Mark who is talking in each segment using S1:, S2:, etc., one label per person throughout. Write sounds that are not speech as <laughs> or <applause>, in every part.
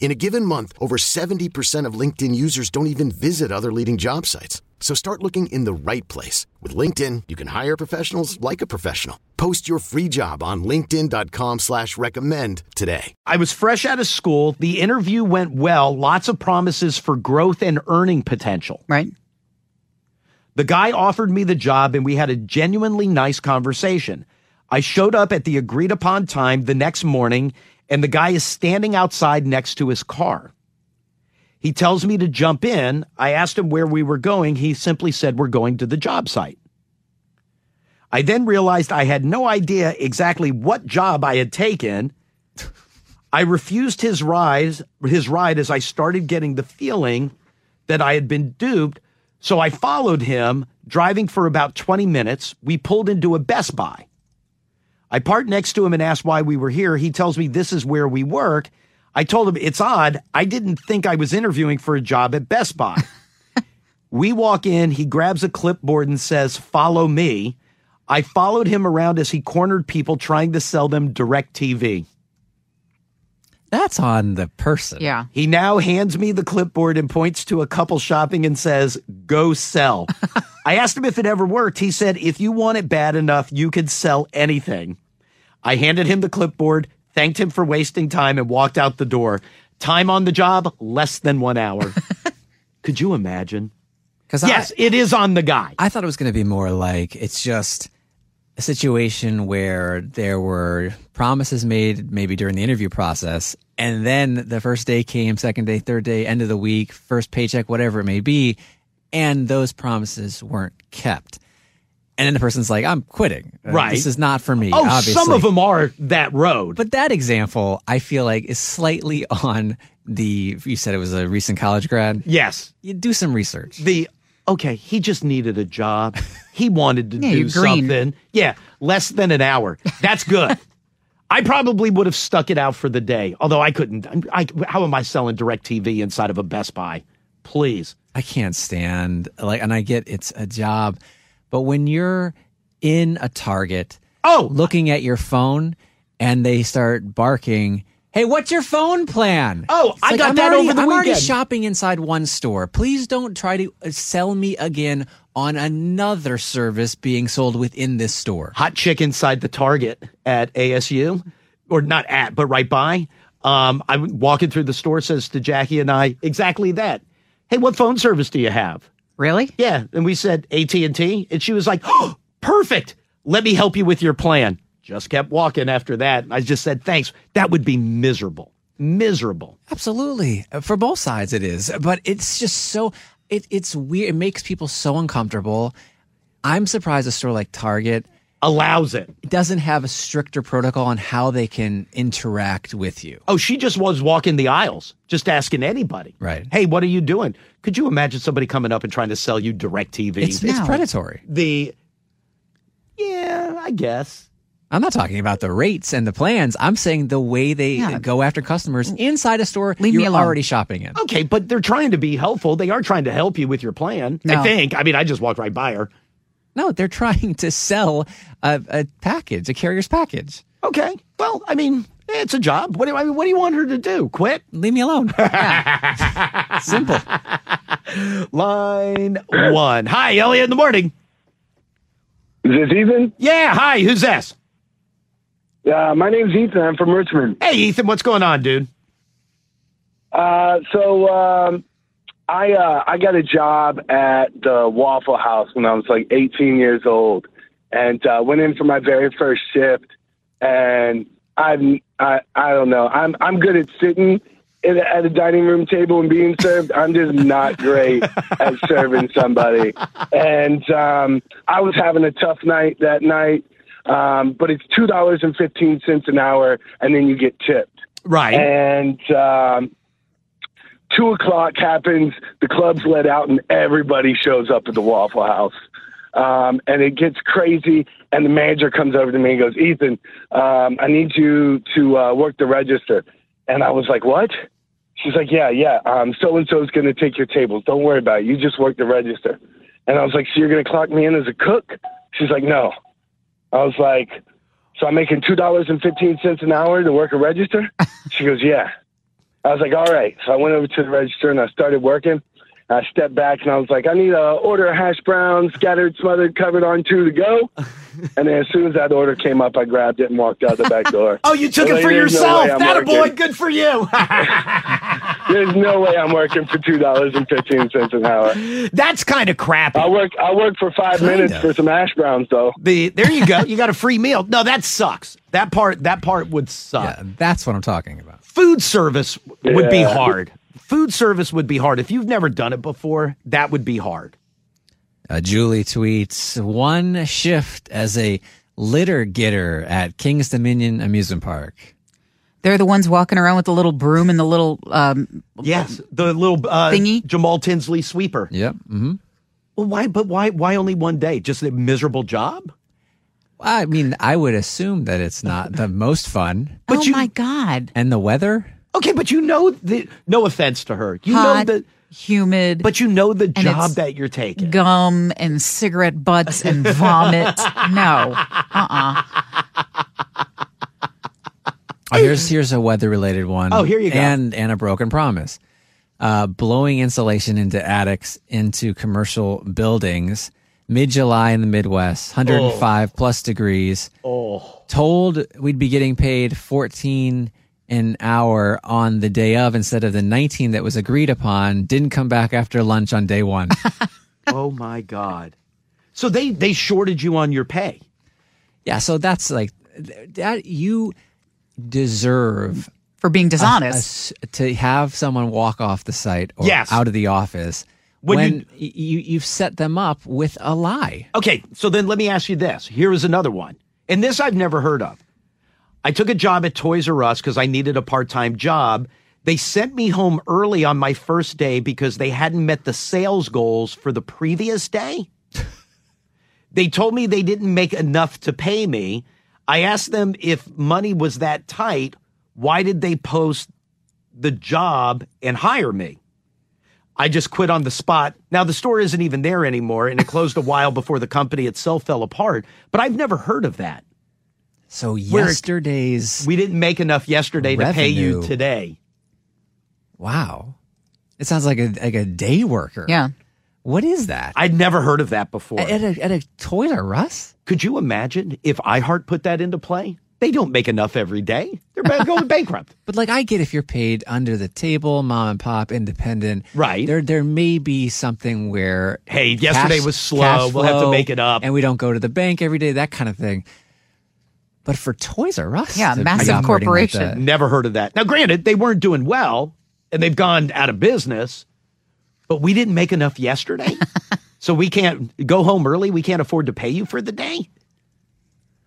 S1: In a given month, over 70% of LinkedIn users don't even visit other leading job sites. So start looking in the right place. With LinkedIn, you can hire professionals like a professional. Post your free job on linkedin.com slash recommend today.
S2: I was fresh out of school. The interview went well. Lots of promises for growth and earning potential.
S3: Right.
S2: The guy offered me the job and we had a genuinely nice conversation. I showed up at the agreed upon time the next morning and the guy is standing outside next to his car. He tells me to jump in. I asked him where we were going. He simply said, We're going to the job site. I then realized I had no idea exactly what job I had taken. I refused his rise, his ride as I started getting the feeling that I had been duped. So I followed him, driving for about 20 minutes. We pulled into a Best Buy. I parked next to him and asked why we were here. He tells me this is where we work. I told him it's odd. I didn't think I was interviewing for a job at Best Buy. <laughs> we walk in, he grabs a clipboard and says, Follow me. I followed him around as he cornered people trying to sell them direct TV.
S4: That's on the person.
S3: Yeah.
S2: He now hands me the clipboard and points to a couple shopping and says, Go sell.
S4: <laughs>
S2: I asked him if it ever worked. He said, If you want it bad enough, you can sell anything. I handed him the clipboard, thanked him for wasting time, and walked out the door. Time on the job, less than one
S4: <laughs>
S2: hour. Could you imagine?
S4: Because
S2: Yes, it is on the guy.
S4: I, I thought it was going to be more like it's just a situation where there were promises made maybe during the interview process. And then the first day came, second day, third day, end of the week, first paycheck, whatever it may be. And those promises weren't kept. And then the person's like, I'm quitting. Uh,
S2: Right.
S4: This is not for me.
S2: Oh,
S4: obviously.
S2: some of them are that road.
S4: But that example, I feel like, is slightly <laughs> on the. You said it was a recent college grad.
S2: yes.
S4: You do some research.
S2: the okay, he just needed a job. He wanted to
S3: <laughs> Yeah,
S2: do
S3: you're green.
S2: something. Yeah, less than an hour. That's good. <laughs> I probably would have stuck it out for the day, although I couldn't. I, how am I selling direct TV inside of a Best Buy? Please.
S4: I can't stand like, and I get it's a job, but when you're in a Target,
S2: Oh,
S4: looking at your phone, and they start barking, "Hey, what's your phone plan?"
S2: Oh, I got
S4: am
S2: that
S4: already,
S2: over the
S4: I'm already
S2: weekend.
S4: shopping inside one store. Please don't try to uh, sell me again on another service being sold within this store.
S2: hot chick inside the Target at ASU, or not at, but right by. Um, I'm walking through the store. Says to Jackie and I, exactly that. Hey, what phone service do you have?
S3: Really?
S2: yeah and we said at&t and she was like oh, perfect let me help you with your plan just kept walking after that and i just said thanks that would be miserable miserable
S4: Absolutely. Uh, For both sides it is. But it's just so it, it's weird. It makes people so uncomfortable. I'm surprised a store like Target
S2: allows it
S4: doesn't have a stricter protocol on how they can interact with you.
S2: oh she just was walking the aisles just asking anybody
S4: Right.
S2: hey what are you doing could you imagine somebody coming up and trying to sell you direct tv
S4: It's, it's
S3: No.
S4: predatory.
S2: the yeah i guess
S4: I'm not talking about the rates and the plans. I'm saying the way they
S3: Yeah. Mm.
S4: go after customers inside a store
S3: Leave me
S4: you're
S3: alone.
S4: already shopping in.
S2: okay but they're trying to be helpful they are trying to help you with your plan i
S3: No.
S2: think i mean i just walked right by her
S4: No, they're <laughs> trying to sell a, a package, a carrier's package.
S2: Okay. Well, I mean, eh, it's a job. What do I mean? What do you want her to do? Quit?
S4: Leave me alone. Yeah. Simple.
S5: <clears throat>
S2: Line one. Hi, Elliot in the morning.
S5: Is this Ethan?
S2: Yeah. Hi. Who's this?
S5: Uh, my name's Ethan. I'm from Richmond.
S2: Hey, Ethan. What's going on, dude?
S5: Uh, so um, I uh, I got a job at the Waffle House when I was like 18 years old, and uh, went in for my very first shift. And I'm I I don't know. I'm I'm good at sitting at a, at a dining room table and being served. I'm just not great at serving somebody. And um, I was having a tough night that night. Um, but it's two dollars and fifteen cents an hour, and then you get tipped.
S2: Right.
S5: And um, two o'clock happens, the club's let out, and everybody shows up at the Waffle House. Um, and it gets crazy, and the manager comes over to me and goes, Ethan, um, I need you to uh, work the register. And I was like, What? She's like, Yeah, yeah, so and so's going to take your tables. Don't worry about it. You just work the register. And I was like, So you're going to clock me in as a cook? She's like, No. I was like, so I'm making two dollars and fifteen cents an hour to work
S2: <laughs>
S5: a register. She goes, yeah. I was like, all right. So I went over to the register and I started working. I stepped back and I was like, I need a order of hash browns, scattered, smothered, covered on two
S2: <laughs>
S5: to go. And then as soon as that order came up, I grabbed it and walked out the back door.
S2: <laughs> Oh, you took
S5: So
S2: it for
S5: there's no
S2: yourself.
S5: way I'm
S2: that a boy.
S5: working.
S2: Good for you. <laughs>
S5: There's no way I'm working for two dollars and fifteen cents an hour.
S2: That's kind of crappy.
S5: I work. I work for five minutes for some hash browns though.
S2: The there you go. You got a free meal. No, that sucks. That part that part would suck.
S4: Yeah, that's what I'm talking about.
S2: Food service would be
S5: Yeah.
S2: hard. Food service would be hard. If you've never done it before, that would be hard.
S4: Uh, Julie tweets one shift as a litter getter at King's Dominion Amusement Park.
S3: They're the ones walking around with the little broom and the little. Um,
S2: Yes, the little uh,
S3: Thingy?
S2: Jamal Tinsley sweeper.
S4: Yep. Mm-hmm.
S2: Well, why? But why? Why only one day? Just a miserable job.
S4: I mean, I would assume that it's not the most
S3: <laughs>
S4: fun.
S2: But
S3: oh
S2: you-
S3: my God!
S4: And the weather?
S2: Okay, but you know the. No offense to her. You
S3: Hot,
S2: know the.
S3: humid,
S2: But you know the
S3: And
S2: job
S3: it's
S2: that you're taking.
S3: gum and cigarette butts and
S2: <laughs>
S3: vomit. no,
S4: Oh, here's here's a weather related one.
S2: Oh, here you go.
S4: And and a broken promise. Uh, blowing insulation into attics into commercial buildings. Mid July in the Midwest, 105 plus degrees.
S2: oh,
S4: Told we'd be getting paid 14 an hour on the day of instead of the 19 that was agreed upon. Didn't come back after lunch on
S2: <laughs>
S4: day one.
S2: oh my God. So they they shorted you on your pay.
S4: yeah, so that's like th- that. You deserve
S3: for being
S4: a
S3: dishonest.
S4: s- to have someone walk off the site or
S2: Yes.
S4: out of the office
S2: When
S4: when,
S2: you-
S4: you, you you've set them up with a lie.
S2: Okay, so then let me ask you this. Here is another one. And this I've never heard of. I took a job at Toys R Us because I needed a part time job. They sent me home early on my first day because they hadn't met the sales goals for the previous day. <laughs> they told me they didn't make enough to pay me. I asked them if money was that tight, why did they post the job and hire me? I just quit on the spot. Now the store isn't even there anymore, and it closed a while before the company itself fell apart. But I've never heard of that.
S4: So
S2: Where-
S4: yesterday's
S2: We didn't make enough yesterday to pay you
S4: Revenue.
S2: today.
S4: wow, it sounds like a like a day worker.
S3: yeah,
S4: what is that?
S2: I'd never heard of that before.
S4: at a at a Toys R Us?
S2: Could you imagine if iHeart put that into play? They don't make enough every day. They're
S4: <laughs>
S2: ba- going bankrupt.
S4: But like I get if you're paid under the table, mom and pop, independent.
S2: Right.
S4: There there may be something where
S2: Hey, yesterday
S4: cash-
S2: was slow.
S4: cash
S2: We'll have to
S4: flow,
S2: make it up.
S4: And we don't go to the bank every day, that kind of thing. But for Toys R Us,
S3: Yeah,
S4: to be
S3: massive
S4: operating like that-
S3: corporation.
S2: Never heard of that. Now, granted, they weren't doing well and they've gone out of business, but we didn't make enough
S3: <laughs>
S2: yesterday. so we can't go home early. We can't afford to pay you for the day.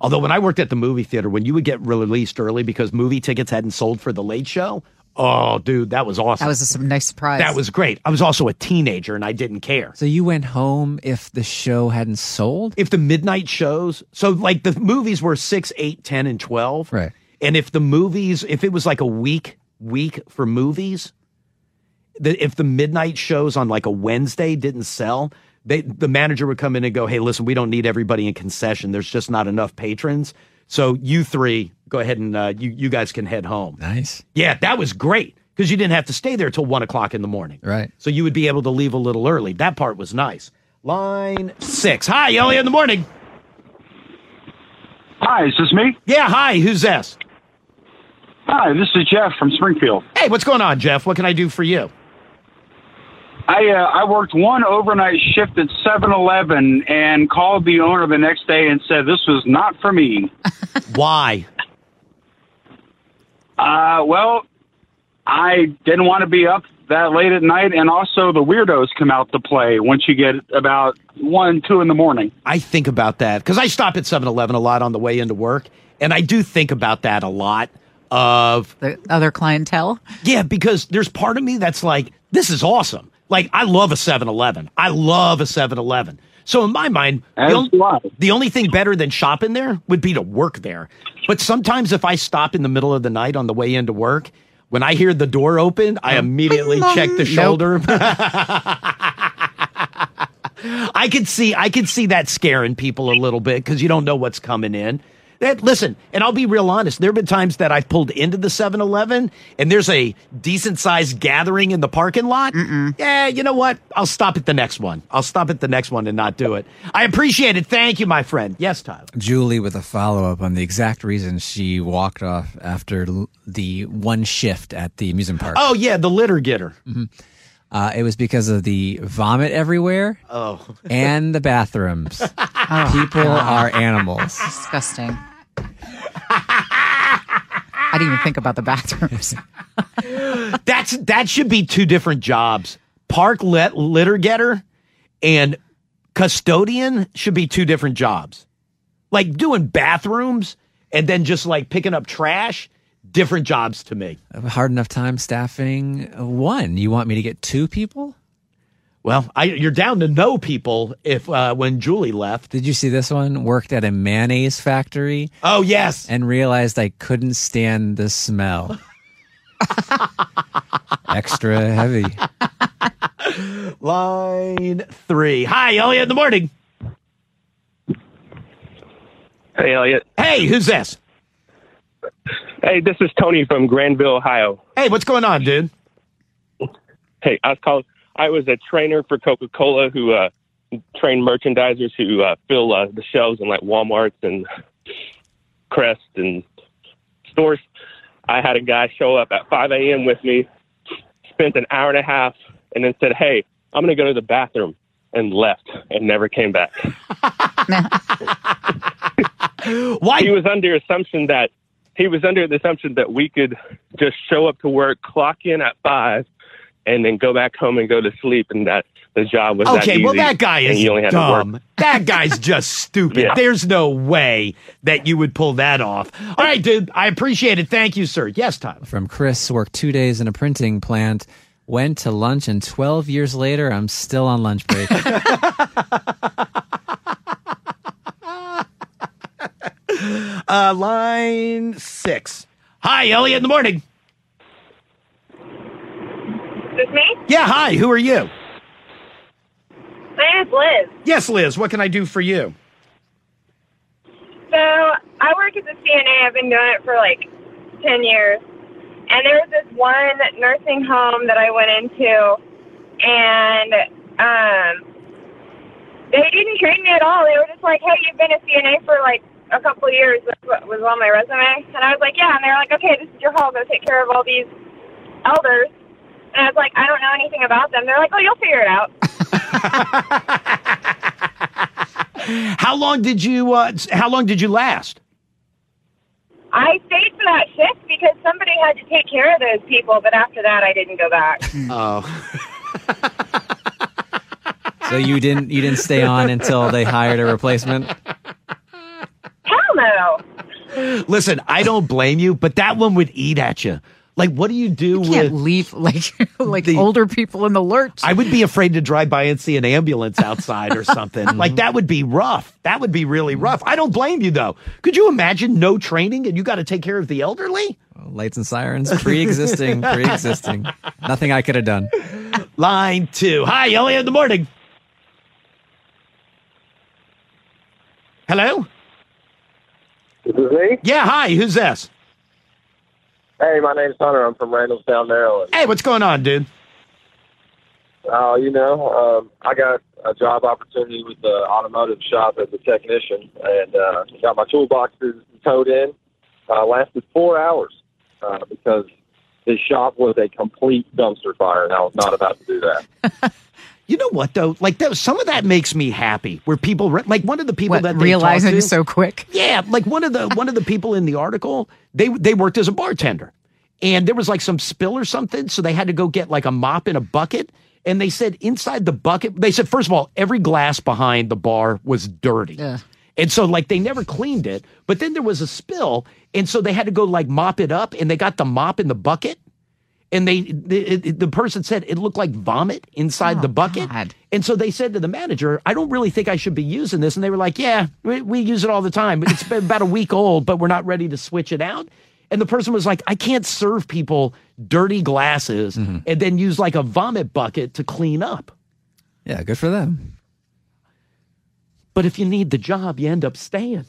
S2: Although, when I worked at the movie theater, when you would get released early because movie tickets hadn't sold for the late show, oh, dude, that was awesome.
S3: that was a su- nice surprise.
S2: that was great. I was also a teenager and I didn't care.
S4: So you went home if the show hadn't sold?
S2: If the midnight shows, so like the movies were 6, 8, 10, and 12.
S4: Right.
S2: And if the movies, if it was like a week week for movies, the, if the midnight shows on like a Wednesday didn't sell, they the manager would come in and go, "Hey, listen, we don't need everybody in concession. There's just not enough patrons. So you three go ahead and uh, you you guys can head home."
S4: Nice.
S2: Yeah, that was great because you didn't have to stay there till one o'clock in the morning.
S4: Right.
S2: So you would be able to leave a little early. That part was nice. Line six. Hi, Ellie in the morning.
S6: Hi, is this me?
S2: Yeah, hi. Who's this?
S6: Hi, this is Jeff from Springfield.
S2: Hey, what's going on, Jeff? What can I do for you?
S6: I uh, I worked one overnight shift at 7-Eleven and called the owner the next day and said this was not for me.
S2: Why?
S6: Uh, well, I didn't want to be up that late at night, and also the weirdos come out to play once you get about one, two in the morning.
S2: I think about that because I stop at 7 Eleven a lot on the way into work. And I do think about that a lot of,
S3: The other clientele.
S2: yeah, because there's part of me that's like, this is awesome. Like, I love a 7 Eleven. I love a 7 Eleven. So in my mind, the,
S6: As do I.
S2: the only thing better than shopping there would be to work there. But sometimes if I stop in the middle of the night on the way into work, when I hear the door open, I immediately check the shoulder. I could see I could see that scaring people a little bit because you don't know what's coming in. That, listen, and I'll be real honest. There have been times that I've pulled into the 7-Eleven and there's a decent sized gathering in the parking lot. Yeah, you know what? I'll stop at the next one. I'll stop at the next one and not do it. I appreciate it. Thank you, my friend. Yes, Tyler.
S4: Julie with a follow up on the exact reason she walked off after l- the one shift at the amusement park.
S2: Oh yeah, the litter getter.
S4: Uh, it was because of the vomit everywhere
S2: <laughs> Oh,
S4: and the
S3: <laughs>
S4: bathrooms.
S3: Oh,
S4: People are animals.
S3: Disgusting. I didn't even think about
S2: <laughs>
S3: the bathrooms.
S2: that's that should be two different jobs. Park let litter getter and custodian should be two different jobs. Like doing bathrooms and then just like picking up trash, different jobs to me.
S4: Hard enough time staffing one. You want me to get two people?
S2: Well, I, you're down to know people if uh, when Julie left.
S4: Did you see this one? Worked at a mayonnaise factory
S2: Oh yes,
S4: and realized I couldn't stand the smell. <laughs> Extra heavy.
S2: line three. Hi, Elliot. In the morning.
S7: Hey, Elliot.
S2: Hey, who's this?
S7: Hey, this is Tony from Granville, Ohio.
S2: Hey, what's going on, dude?
S7: Hey, I was called. I was a trainer for Coca Cola who uh, trained merchandisers who uh, fill uh, the shelves in like WalMarts and Crest and stores. I had a guy show up at 5 a.m. with me, spent an hour and a half, and then said, "Hey, I'm going to go to the bathroom," and left and never came back.
S2: Why
S7: he was under assumption that he was under the assumption that we could just show up to work, clock in at five, and then go back home and go to sleep, and that the job was
S2: Okay,
S7: That easy,
S2: well that guy
S7: and
S2: is
S7: you only had To work.
S2: dumb. That guy's
S7: <laughs>
S2: just stupid.
S7: Yeah.
S2: There's no way that you would pull that off. All right, dude. I appreciate it. Thank you, sir. Yes, Tyler.
S4: From Chris, worked two days in a printing plant, went to lunch, and 12 years later, I'm still on lunch break.
S2: Uh, line six. Hi, Elliot. In the morning.
S8: With me?
S2: Yeah. Hi. Who are you?
S8: My name is Liz.
S2: Yes, Liz. What can I do for you?
S8: So I work as a CNA. I've been doing it for like 10 years. And there was this one nursing home that I went into, and um, they didn't train me at all. They were just like, hey, you've been a CNA for like a couple of years. That's what was on my resume. And I was like, yeah. And they were like, okay, this is your hall. Go take care of all these elders. And I was like, I don't know anything about them. They're like, oh, you'll figure it out.
S2: How long did you? Uh, s- how long did you last?
S8: I stayed for that shift because somebody had to take care of those people, but after that, I didn't go back.
S2: Oh,
S4: so you didn't you didn't stay on until they hired a replacement?
S8: Hell no.
S2: listen. I don't blame you, but that one would eat at you. Like, what do you do
S3: You
S2: with?
S3: can't leave like <laughs> like
S2: The-
S3: older people in the lurch.
S2: I would be afraid to drive by and see an ambulance outside or
S3: <laughs>
S2: something. like that would be rough. That would be
S3: Mm.
S2: really rough. I don't blame you though. Could you imagine no training and you got to take care of the elderly?
S4: Lights and sirens, pre-existing, pre-existing. Nothing I could have done.
S2: Line two. Hi, Elliot. in the morning. Hello.
S9: This is me.
S2: Yeah. Hi. Who's this?
S9: Hey, my name's Hunter. I'm from Randallstown, Maryland.
S2: Hey, what's going on, dude?
S9: Uh, you know, um, I got a job opportunity with the automotive shop as a technician, and uh, got my toolboxes towed in. Uh, lasted four hours uh, because
S5: His shop was a complete dumpster fire, and I was not about to do that.
S2: You know what though? Like that, some of that makes me happy. Where people re- like one of the people
S3: What,
S2: that they
S3: realizing
S2: talked to-
S3: so quick.
S2: Yeah, like one of the one of the people in the article, they they worked as a bartender, and there was like some spill or something, so they had to go get like a mop and a bucket. And they said inside the bucket, they said first of all, every glass behind the bar was dirty, and so like they never cleaned it. But then there was a spill, and so they had to go like mop it up, and they got the mop in the bucket. And they, the, it- the person said it looked like vomit inside the bucket. And so they said to the manager, I don't really think I should be using this. And they were like, Yeah, we, we use it all the time. It's been about a week old, but we're not ready to switch it out. And the person was like, I can't serve people dirty glasses and then use like a vomit bucket to clean up.
S4: Yeah, good for them.
S2: But if you need the job, you end up staying.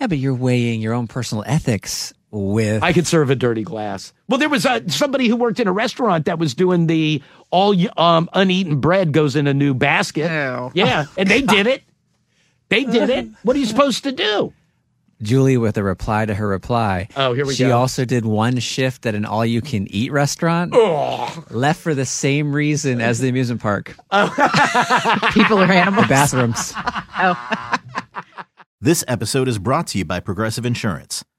S4: Yeah, but you're weighing your own personal ethics with.
S2: I could serve a dirty glass. Well, there was uh somebody who worked in a restaurant that was doing the all y- um, uneaten bread goes in a new basket. Yeah, and they did it. They did it. What are you supposed to do?
S4: Julie with a reply to her reply.
S2: Oh, here we
S4: she She
S2: go.
S4: also did one shift at an all you can eat restaurant. Left for the same reason as the amusement park.
S2: Oh. <laughs>
S3: People are animals.
S4: The bathrooms.
S10: This episode is brought to you by Progressive Insurance.